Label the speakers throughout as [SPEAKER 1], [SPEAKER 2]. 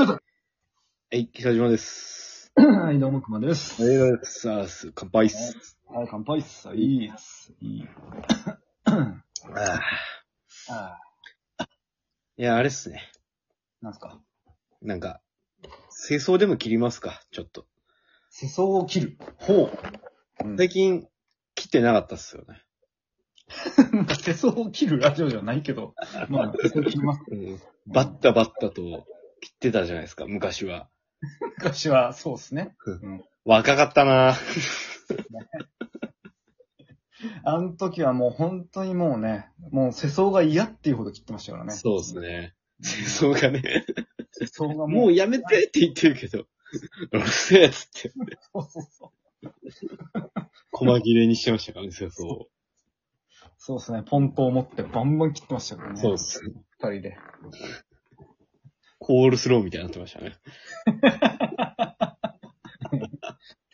[SPEAKER 1] はい、北島です。
[SPEAKER 2] はい、どうも、くまです。
[SPEAKER 1] りがとうございます。さあ、す 乾杯っす。
[SPEAKER 2] はい、乾杯っす。いい っす。いい。
[SPEAKER 1] ああ
[SPEAKER 2] ああ、
[SPEAKER 1] いや、あれっすね。
[SPEAKER 2] なんすか。
[SPEAKER 1] なんか、世相でも切りますか、ちょっと。
[SPEAKER 2] 世相を切る。ほう。
[SPEAKER 1] 最近、切ってなかったっすよね。
[SPEAKER 2] 世相を切るラジオじゃないけ ど、まあ、世相を切ります。
[SPEAKER 1] うん、バッタバッタと切ってたじゃないですか、昔は。
[SPEAKER 2] 昔は、そうっすね。
[SPEAKER 1] 若かったなぁ。
[SPEAKER 2] あの時はもう本当にもうね、もう世相が嫌っていうほど切ってましたからね。
[SPEAKER 1] そうっす。ね。世相がね、
[SPEAKER 2] 世相がも
[SPEAKER 1] も
[SPEAKER 2] う、
[SPEAKER 1] うやめてって言ってるけど、 うるせえっつって、
[SPEAKER 2] そうそうそ
[SPEAKER 1] 細切れにしてましたからね、世相を。
[SPEAKER 2] う。 そうっすね。ポントを持ってバンバン切ってましたからね。
[SPEAKER 1] そうっ
[SPEAKER 2] っ
[SPEAKER 1] す。
[SPEAKER 2] す。二人で。
[SPEAKER 1] コールスローみたいになってました ね。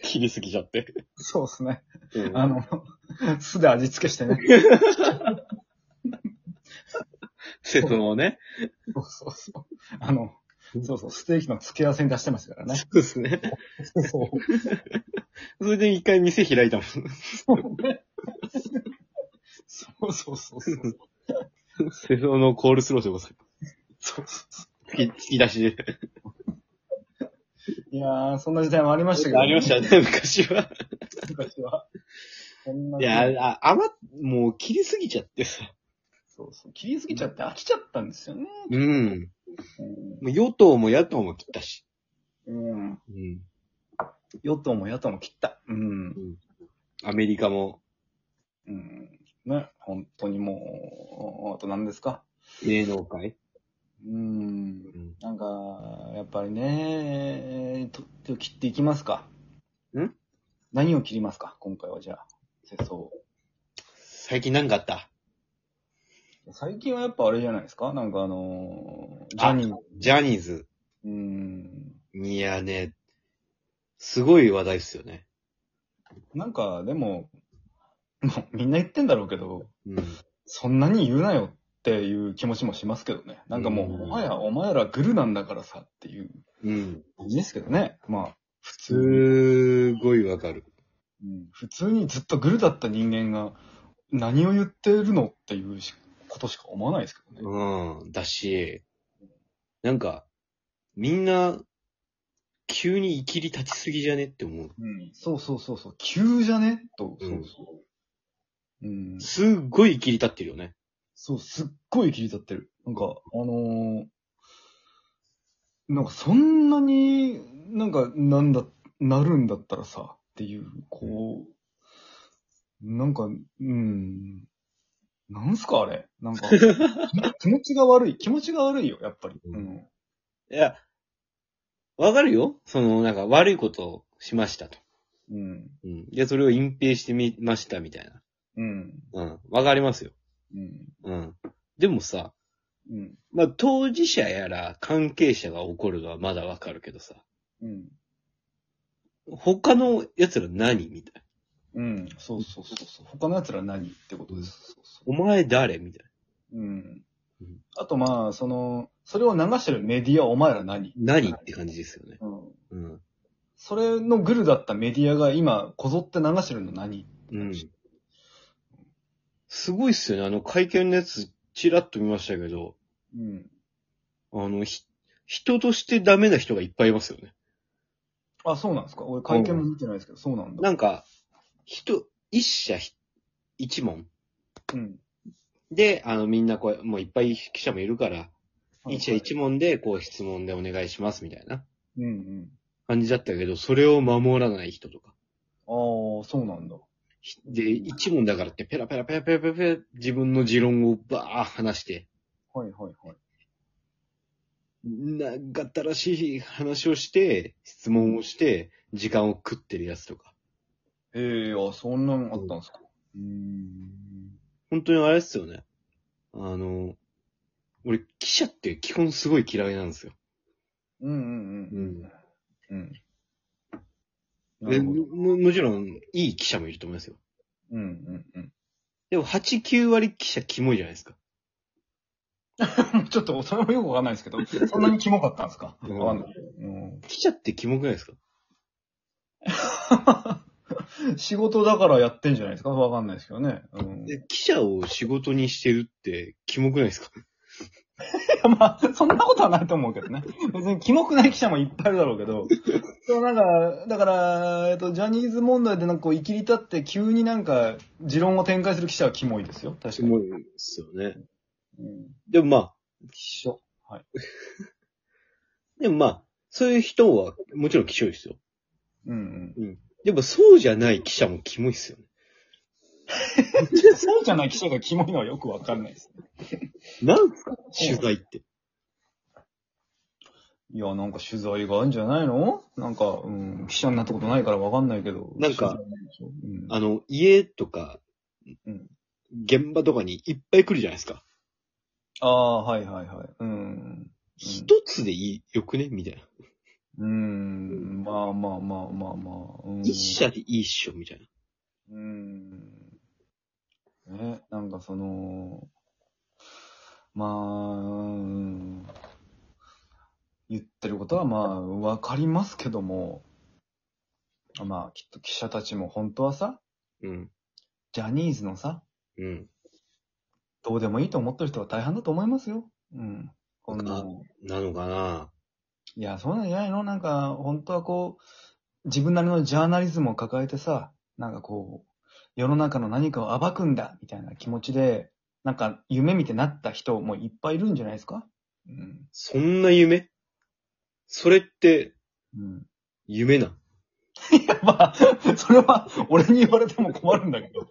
[SPEAKER 1] 切りすぎちゃって。
[SPEAKER 2] そうっすね。
[SPEAKER 1] うん
[SPEAKER 2] あの、 酢で味付けして ね。
[SPEAKER 1] セトのね。
[SPEAKER 2] そうそうそう。あの、そうそう、ステーキの付け合わせに出してますからね。
[SPEAKER 1] そうですね。
[SPEAKER 2] そうそう。
[SPEAKER 1] それで一回店開いたもん。
[SPEAKER 2] そうそうそうそう。
[SPEAKER 1] セトのコールスローでございま
[SPEAKER 2] そうそ
[SPEAKER 1] す。引き出しで。
[SPEAKER 2] ういやー、そんな時代もありましたけど、
[SPEAKER 1] ありましたね、昔は。
[SPEAKER 2] た。昔は。そんな。
[SPEAKER 1] いや、あ、余っ、もう切りすぎちゃってさ。
[SPEAKER 2] そうそう。切りすぎちゃって飽きちゃったんですよね。
[SPEAKER 1] うん。もう与党も野党も切ったし。
[SPEAKER 2] うん。うん。
[SPEAKER 1] うん。
[SPEAKER 2] 与党も野党も切った。うん。
[SPEAKER 1] アメリカも、
[SPEAKER 2] うん。ね、本当にもう、あと何ですか。
[SPEAKER 1] 芸能界。
[SPEAKER 2] う
[SPEAKER 1] う
[SPEAKER 2] ん。
[SPEAKER 1] ん。
[SPEAKER 2] なんか、やっぱりね、と手を切っていきますか。
[SPEAKER 1] ん
[SPEAKER 2] 何を切りますか今回はじゃあ、世相を。
[SPEAKER 1] 最近何かあった
[SPEAKER 2] 最近はやっぱあれじゃないですかなんかあのー、ジャニー。
[SPEAKER 1] ジャニーズ。
[SPEAKER 2] うーん。
[SPEAKER 1] いやね、すごい話題っすよね。
[SPEAKER 2] なんか、でも、もうみんな言ってんだろうけど、
[SPEAKER 1] うん。
[SPEAKER 2] そんなに言うなよっていう気持ちもしますけどね。なんかもう、
[SPEAKER 1] うん
[SPEAKER 2] もはやお前らグルなんだからさっていう
[SPEAKER 1] うん。
[SPEAKER 2] 感じですけどね。まあ、普
[SPEAKER 1] す
[SPEAKER 2] 通、
[SPEAKER 1] ーごいわかる。
[SPEAKER 2] うん普通にずっとグルだった人間が何を言ってるのっていうしことしか思わないですけどね。
[SPEAKER 1] うん、だし、なんか、みんな、急にいきり立ちすぎじゃねって思う。
[SPEAKER 2] うん。そうそうそうそう。急じゃねと、
[SPEAKER 1] う
[SPEAKER 2] そ
[SPEAKER 1] ん
[SPEAKER 2] うそう。うん。
[SPEAKER 1] すっごいいきり立ってるよね。
[SPEAKER 2] そう、すっごい切り立ってる。なんか、あのー、なんかそんなに、なんか、なんだ、なるんだったらさ、っていう、こう、なんか、うん、なんすかあれなん か、気持ちが悪い。気持ちが悪いよ、やっぱり。うん。
[SPEAKER 1] いや、わかるよその、なんか悪いことをしましたと。
[SPEAKER 2] うん。
[SPEAKER 1] うん。で、それを隠蔽してみましたみたいな。
[SPEAKER 2] うん。
[SPEAKER 1] うん。わかりますよ。
[SPEAKER 2] うん。
[SPEAKER 1] うん。でもさ、
[SPEAKER 2] うん。
[SPEAKER 1] まあ、当事者やら関係者が怒るのはまだわかるけどさ、
[SPEAKER 2] うん。
[SPEAKER 1] 他の奴ら何みたいな。
[SPEAKER 2] うん。そうそうそうそう。他の奴ら何ってことです。そうそう。
[SPEAKER 1] お前誰みたい
[SPEAKER 2] うん
[SPEAKER 1] うん。
[SPEAKER 2] あとまあ、その、それを流してるメディア、お前ら何
[SPEAKER 1] な。何って感じですよね。
[SPEAKER 2] うん。
[SPEAKER 1] うん。
[SPEAKER 2] それのグルだったメディアが今、こぞって流してるの何
[SPEAKER 1] うん。すごいっすよね。あの会見のやつ、ちらっと見ましたけど、
[SPEAKER 2] うん。
[SPEAKER 1] あの、ひ、人としてダメな人がいっぱいいますよね。
[SPEAKER 2] あ、そうなんですか俺会見も見てないですけど、そうなんだ。
[SPEAKER 1] なんか、人、一社ひ一問。
[SPEAKER 2] うん。
[SPEAKER 1] で、あの、みんなこう、もういっぱい記者もいるから、一社一
[SPEAKER 2] 応。
[SPEAKER 1] 問で、こう、質問でお願いします、みたいな
[SPEAKER 2] うんうん。
[SPEAKER 1] 感じだったけど、それを守らない人とか。
[SPEAKER 2] ああ、そうなんだ。
[SPEAKER 1] ひで、一問だからって、ペラペラペラペラペラペラ、自分の持論をばー話して、
[SPEAKER 2] はいはいはい。
[SPEAKER 1] 長ったらしい話をして、質問をして、時間を食ってるやつとか。
[SPEAKER 2] ええあ、そんなんあったんですかうーん。
[SPEAKER 1] 本当にあれですよね。あの、俺、記者って基本すごい嫌いなんですよ。
[SPEAKER 2] うんうんうん。うん。な
[SPEAKER 1] で
[SPEAKER 2] るほど。
[SPEAKER 1] ももちろん、いい記者もいると思いますよ。
[SPEAKER 2] うんうんうん。
[SPEAKER 1] でも、8、9割記者キモいじゃないですか。
[SPEAKER 2] ちょっと、それもよくわかん ないですけど、そんなにキモかったんですか
[SPEAKER 1] うん
[SPEAKER 2] わかんないうん
[SPEAKER 1] 記者ってキモくないですか
[SPEAKER 2] 仕事だからやってんじゃないですかわかんないですけどね。うん、い
[SPEAKER 1] で記者を仕事にしてるってキモくないですか
[SPEAKER 2] や、まあ、そんなことはないと思うけどね。別にキモくない記者もいっぱいいるだろうけ ど。そうなんか、だから、えっと、ジャニーズ問題でなんかこう、生きり立って急になんか、持論を展開する記者はキモいですよ。確か
[SPEAKER 1] キ
[SPEAKER 2] に。
[SPEAKER 1] モいですよね。
[SPEAKER 2] うん
[SPEAKER 1] でもまあ、
[SPEAKER 2] 記者。
[SPEAKER 1] でもまあ、そういう人はもちろんキモいですよ。
[SPEAKER 2] うんうん。
[SPEAKER 1] でもそうじゃない記者もキモいっすよね。
[SPEAKER 2] そうじゃない記者がキモいのはよくわかんないです。
[SPEAKER 1] なんすか取材って。
[SPEAKER 2] いや、なんか取材があるんじゃないのなんか、うん、記者になったことないからわかんないけど。
[SPEAKER 1] なんか
[SPEAKER 2] 取材でしょ、うん
[SPEAKER 1] あの、家とか、
[SPEAKER 2] うん
[SPEAKER 1] 現場とかにいっぱい来るじゃないですか。
[SPEAKER 2] ああ、はいはいはい。うん。
[SPEAKER 1] 一つでいい、よくねみたいな。
[SPEAKER 2] うん、まあまあまあまあまあ。うん
[SPEAKER 1] 一社でいいっしょみたいな。
[SPEAKER 2] うん。ね、なんかその、まあ、うん言ってることはまあ、わかりますけども、まあ、きっと記者たちも本当はさ、
[SPEAKER 1] うん。
[SPEAKER 2] ジャニーズのさ、
[SPEAKER 1] うん。
[SPEAKER 2] どうでもいいと思ってる人は大半だと思いますよ。うん。こんな
[SPEAKER 1] あ。なのかない
[SPEAKER 2] や、そうなんじゃないのなんか、本当はこう、自分なりのジャーナリズムを抱えてさ、なんかこう、世の中の何かを暴くんだ、みたいな気持ちで、なんか夢見てなった人もいっぱいいるんじゃないですかうん。
[SPEAKER 1] そんな夢それって、
[SPEAKER 2] うん。
[SPEAKER 1] 夢なん
[SPEAKER 2] まあ、それは俺に言われても困るんだけど。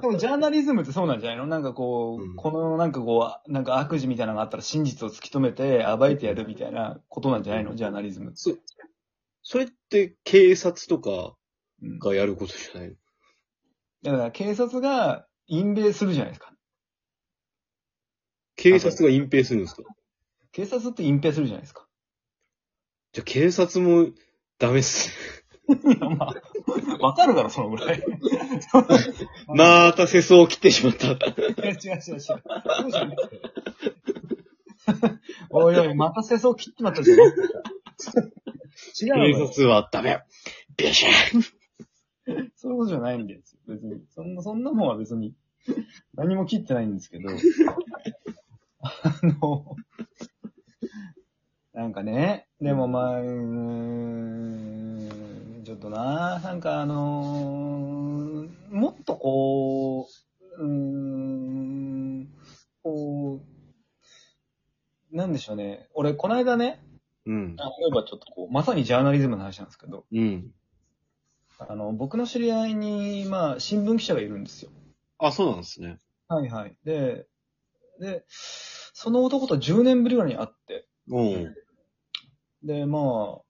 [SPEAKER 2] でもジャーナリズムってそうなんじゃないのなんかこう、
[SPEAKER 1] うん
[SPEAKER 2] このなんかこう、なんか悪事みたいなのがあったら真実を突き止めて暴いてやるみたいなことなんじゃないのジャーナリズムって。
[SPEAKER 1] そ、それって警察とか
[SPEAKER 2] うん
[SPEAKER 1] がやることじゃないの
[SPEAKER 2] だから警察が隠蔽するじゃないですか。
[SPEAKER 1] 警察が隠蔽するんですか
[SPEAKER 2] 警察って隠蔽するじゃないですか。
[SPEAKER 1] じゃあ警察もダメっすね。
[SPEAKER 2] いや、まあ、わかるだろ、そのぐ らい。
[SPEAKER 1] また世相を切ってしまった。
[SPEAKER 2] 違う違う違う。そうじゃない。おいおい、また世相切ってまったじゃ ん。違うの
[SPEAKER 1] 警
[SPEAKER 2] よ。
[SPEAKER 1] 察はダメ。ビシャー
[SPEAKER 2] そういうことじゃないんですよ。別に。そんな、そんなもんは別に。何も切ってないんですけど。あの、なんかね、でもまあ、うーん、ちょっとな、なんかあのーもっとこう、うーん、こう、なんでしょうね。俺、この間ね、
[SPEAKER 1] うん
[SPEAKER 2] 例。えばちょっとこう、まさにジャーナリズムの話なんですけど、
[SPEAKER 1] うん。
[SPEAKER 2] あの、僕の知り合いに、まあ、新聞記者がいるんですよ。
[SPEAKER 1] あ、そうなんですね。
[SPEAKER 2] はいはい。で、で、その男と10年ぶりぐらいに会って、
[SPEAKER 1] おう
[SPEAKER 2] で、まあ、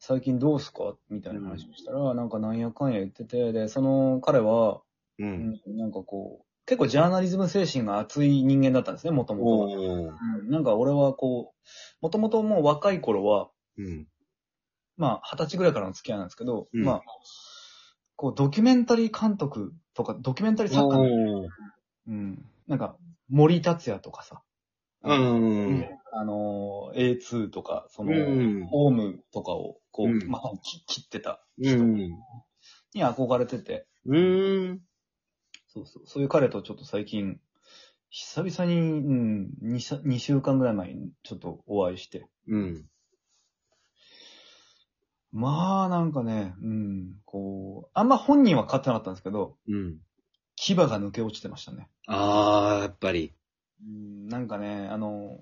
[SPEAKER 2] 最近どうすかみたいな話をしたら、なんかなんやかんや言ってて、で、その彼は、
[SPEAKER 1] う。
[SPEAKER 2] うんんなんかこう、結構ジャーナリズム精神が熱い人間だったんですね、もともと。
[SPEAKER 1] おう
[SPEAKER 2] うんなんか俺はこう、もともともう若い頃は、
[SPEAKER 1] うん。
[SPEAKER 2] まあ、二十歳ぐらいからの付き合いなんですけど、
[SPEAKER 1] うん
[SPEAKER 2] まあ、こう、ドキュメンタリー監督とか、ドキュメンタリー作家の
[SPEAKER 1] おう
[SPEAKER 2] うん。なんか、森達也とかさ。
[SPEAKER 1] うん。
[SPEAKER 2] あのー、A2 とか、その、
[SPEAKER 1] うん
[SPEAKER 2] オウムとかを、こう、
[SPEAKER 1] うん
[SPEAKER 2] まさに切切ってた
[SPEAKER 1] うん。
[SPEAKER 2] に憧れてて、
[SPEAKER 1] うん。
[SPEAKER 2] そうそう、そういう彼とちょっと最近、久々に、うん、2, さ二週間ぐらい前にちょっとお会いして、
[SPEAKER 1] うん。
[SPEAKER 2] まあなんかね、うん、こう、あんま本人は勝ってなかったんですけど、
[SPEAKER 1] うん。
[SPEAKER 2] 牙が抜け落ちてましたね。
[SPEAKER 1] あー、やっぱり。
[SPEAKER 2] うんなんかね、あの、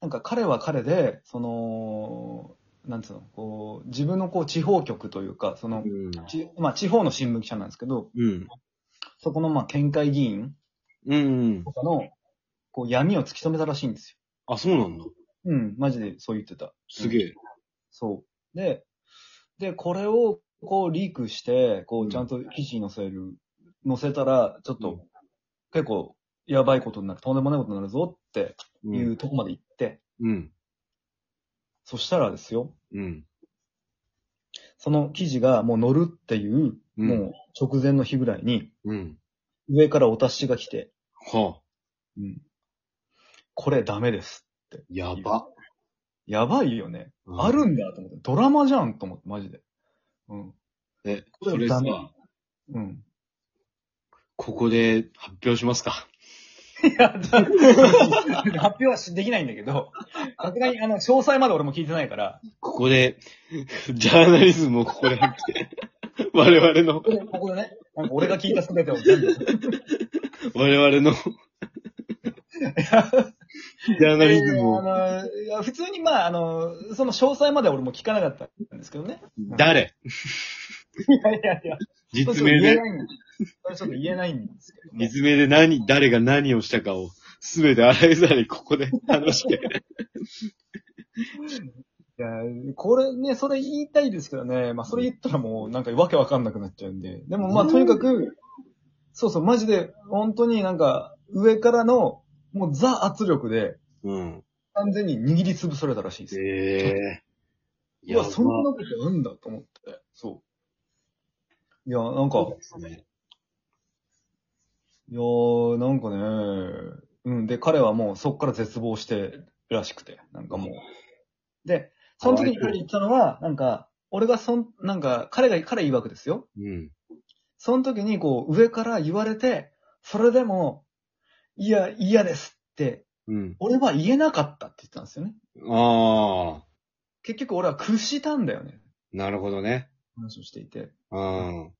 [SPEAKER 2] なんか彼は彼で、その、なんつうの、こう、自分のこう地方局というか、そ
[SPEAKER 1] う
[SPEAKER 2] の、
[SPEAKER 1] ん。
[SPEAKER 2] ちまあ地方の新聞記者なんですけど、
[SPEAKER 1] うん。
[SPEAKER 2] そこのまあ県会議員
[SPEAKER 1] うん
[SPEAKER 2] と。かの、こう闇を突き止めたらしいんです
[SPEAKER 1] あ、そうなんだ。
[SPEAKER 2] よ。うん、マジでそう言ってた。
[SPEAKER 1] すげえ。
[SPEAKER 2] そう。で、で、これをこうリークして、こ
[SPEAKER 1] うん
[SPEAKER 2] うちゃんと記事に載せる、載せたら、ちょっ
[SPEAKER 1] う
[SPEAKER 2] と
[SPEAKER 1] ん
[SPEAKER 2] 結構やばいことになる、とんでもないことになるぞって
[SPEAKER 1] う。
[SPEAKER 2] いうんとこまで行って、
[SPEAKER 1] うん。
[SPEAKER 2] そしたらですよ、
[SPEAKER 1] うん。
[SPEAKER 2] その記事がもう載るっていう、
[SPEAKER 1] うん
[SPEAKER 2] もう直前の日ぐらいに、
[SPEAKER 1] うん。
[SPEAKER 2] 上からお達しが来て、
[SPEAKER 1] はあ。
[SPEAKER 2] うんこれダメです。
[SPEAKER 1] やば。
[SPEAKER 2] やばいよね。あるんだと思って。ドラマじゃんと思って、マジで。うん。
[SPEAKER 1] え、
[SPEAKER 2] これ
[SPEAKER 1] それさ
[SPEAKER 2] ダ、メ うん。
[SPEAKER 1] ここで発表しますか。
[SPEAKER 2] いや、ちょっと発表はしできないんだけど、さすがに、あの、詳細まで俺も聞いてないから、
[SPEAKER 1] ここで、ジャーナリズムをここで発揮して、我々の、
[SPEAKER 2] ここでね、なんか俺が聞いた全てを全部。い
[SPEAKER 1] 我々の、ジ
[SPEAKER 2] や
[SPEAKER 1] ャーナリズム
[SPEAKER 2] あ
[SPEAKER 1] を、
[SPEAKER 2] のいや、普通にまあ、あの、その詳細まで俺も聞かなかったんですけどね。の
[SPEAKER 1] 誰
[SPEAKER 2] いやいやいや、
[SPEAKER 1] 実
[SPEAKER 2] それ
[SPEAKER 1] 名
[SPEAKER 2] ちょっ
[SPEAKER 1] で、
[SPEAKER 2] と言えないんそれちょっと言えないんですけども。
[SPEAKER 1] 実名で何、誰が何をしたかを、すべて洗いざらいここ で話して。
[SPEAKER 2] いや、これね、それ言いたいですけどね、まあそれ言ったらもうなんかわけわかんなくなっちゃうんで。でもまあとにかく、そうそう、マジで、本当になんか、上からの、もうザ圧力で、
[SPEAKER 1] うん。
[SPEAKER 2] 完全に握りつぶされたらしいです。
[SPEAKER 1] ええー。
[SPEAKER 2] いや、そんなことあんだと思って。そう。いや、なんか、いやー、なんかね、うん。で、彼はもうそこから絶望してるらしくて、なんかもう。で、その時に彼言ったのは、なんか、俺がそん、なんか、彼が、彼曰くですよ。
[SPEAKER 1] うん。
[SPEAKER 2] その時にこう、上から言われて、それでも、いや、嫌ですって、
[SPEAKER 1] うん。
[SPEAKER 2] 俺は言えなかったって言ってたんですよね。
[SPEAKER 1] ああ、
[SPEAKER 2] 結局俺は屈したんだよね。
[SPEAKER 1] なるほどね。
[SPEAKER 2] 話をしていて。
[SPEAKER 1] うん。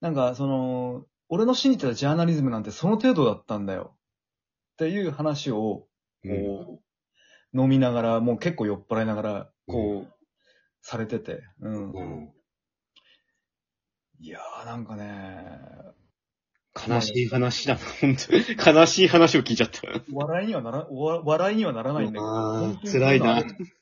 [SPEAKER 2] なんか、その、俺の信じてたジャーナリズムなんてその程度だったんだよ。っていう話を、
[SPEAKER 1] うん
[SPEAKER 2] こう、飲みながら、もう結構酔っ払いながら、こう、されてて。うん。
[SPEAKER 1] うん
[SPEAKER 2] いやー、なんかね、
[SPEAKER 1] 悲しい話だな、本当に悲しい話を聞いちゃった。
[SPEAKER 2] 笑いにはなら、お笑いにはならないんだけど
[SPEAKER 1] あー
[SPEAKER 2] 本当に
[SPEAKER 1] 辛いな
[SPEAKER 2] そうの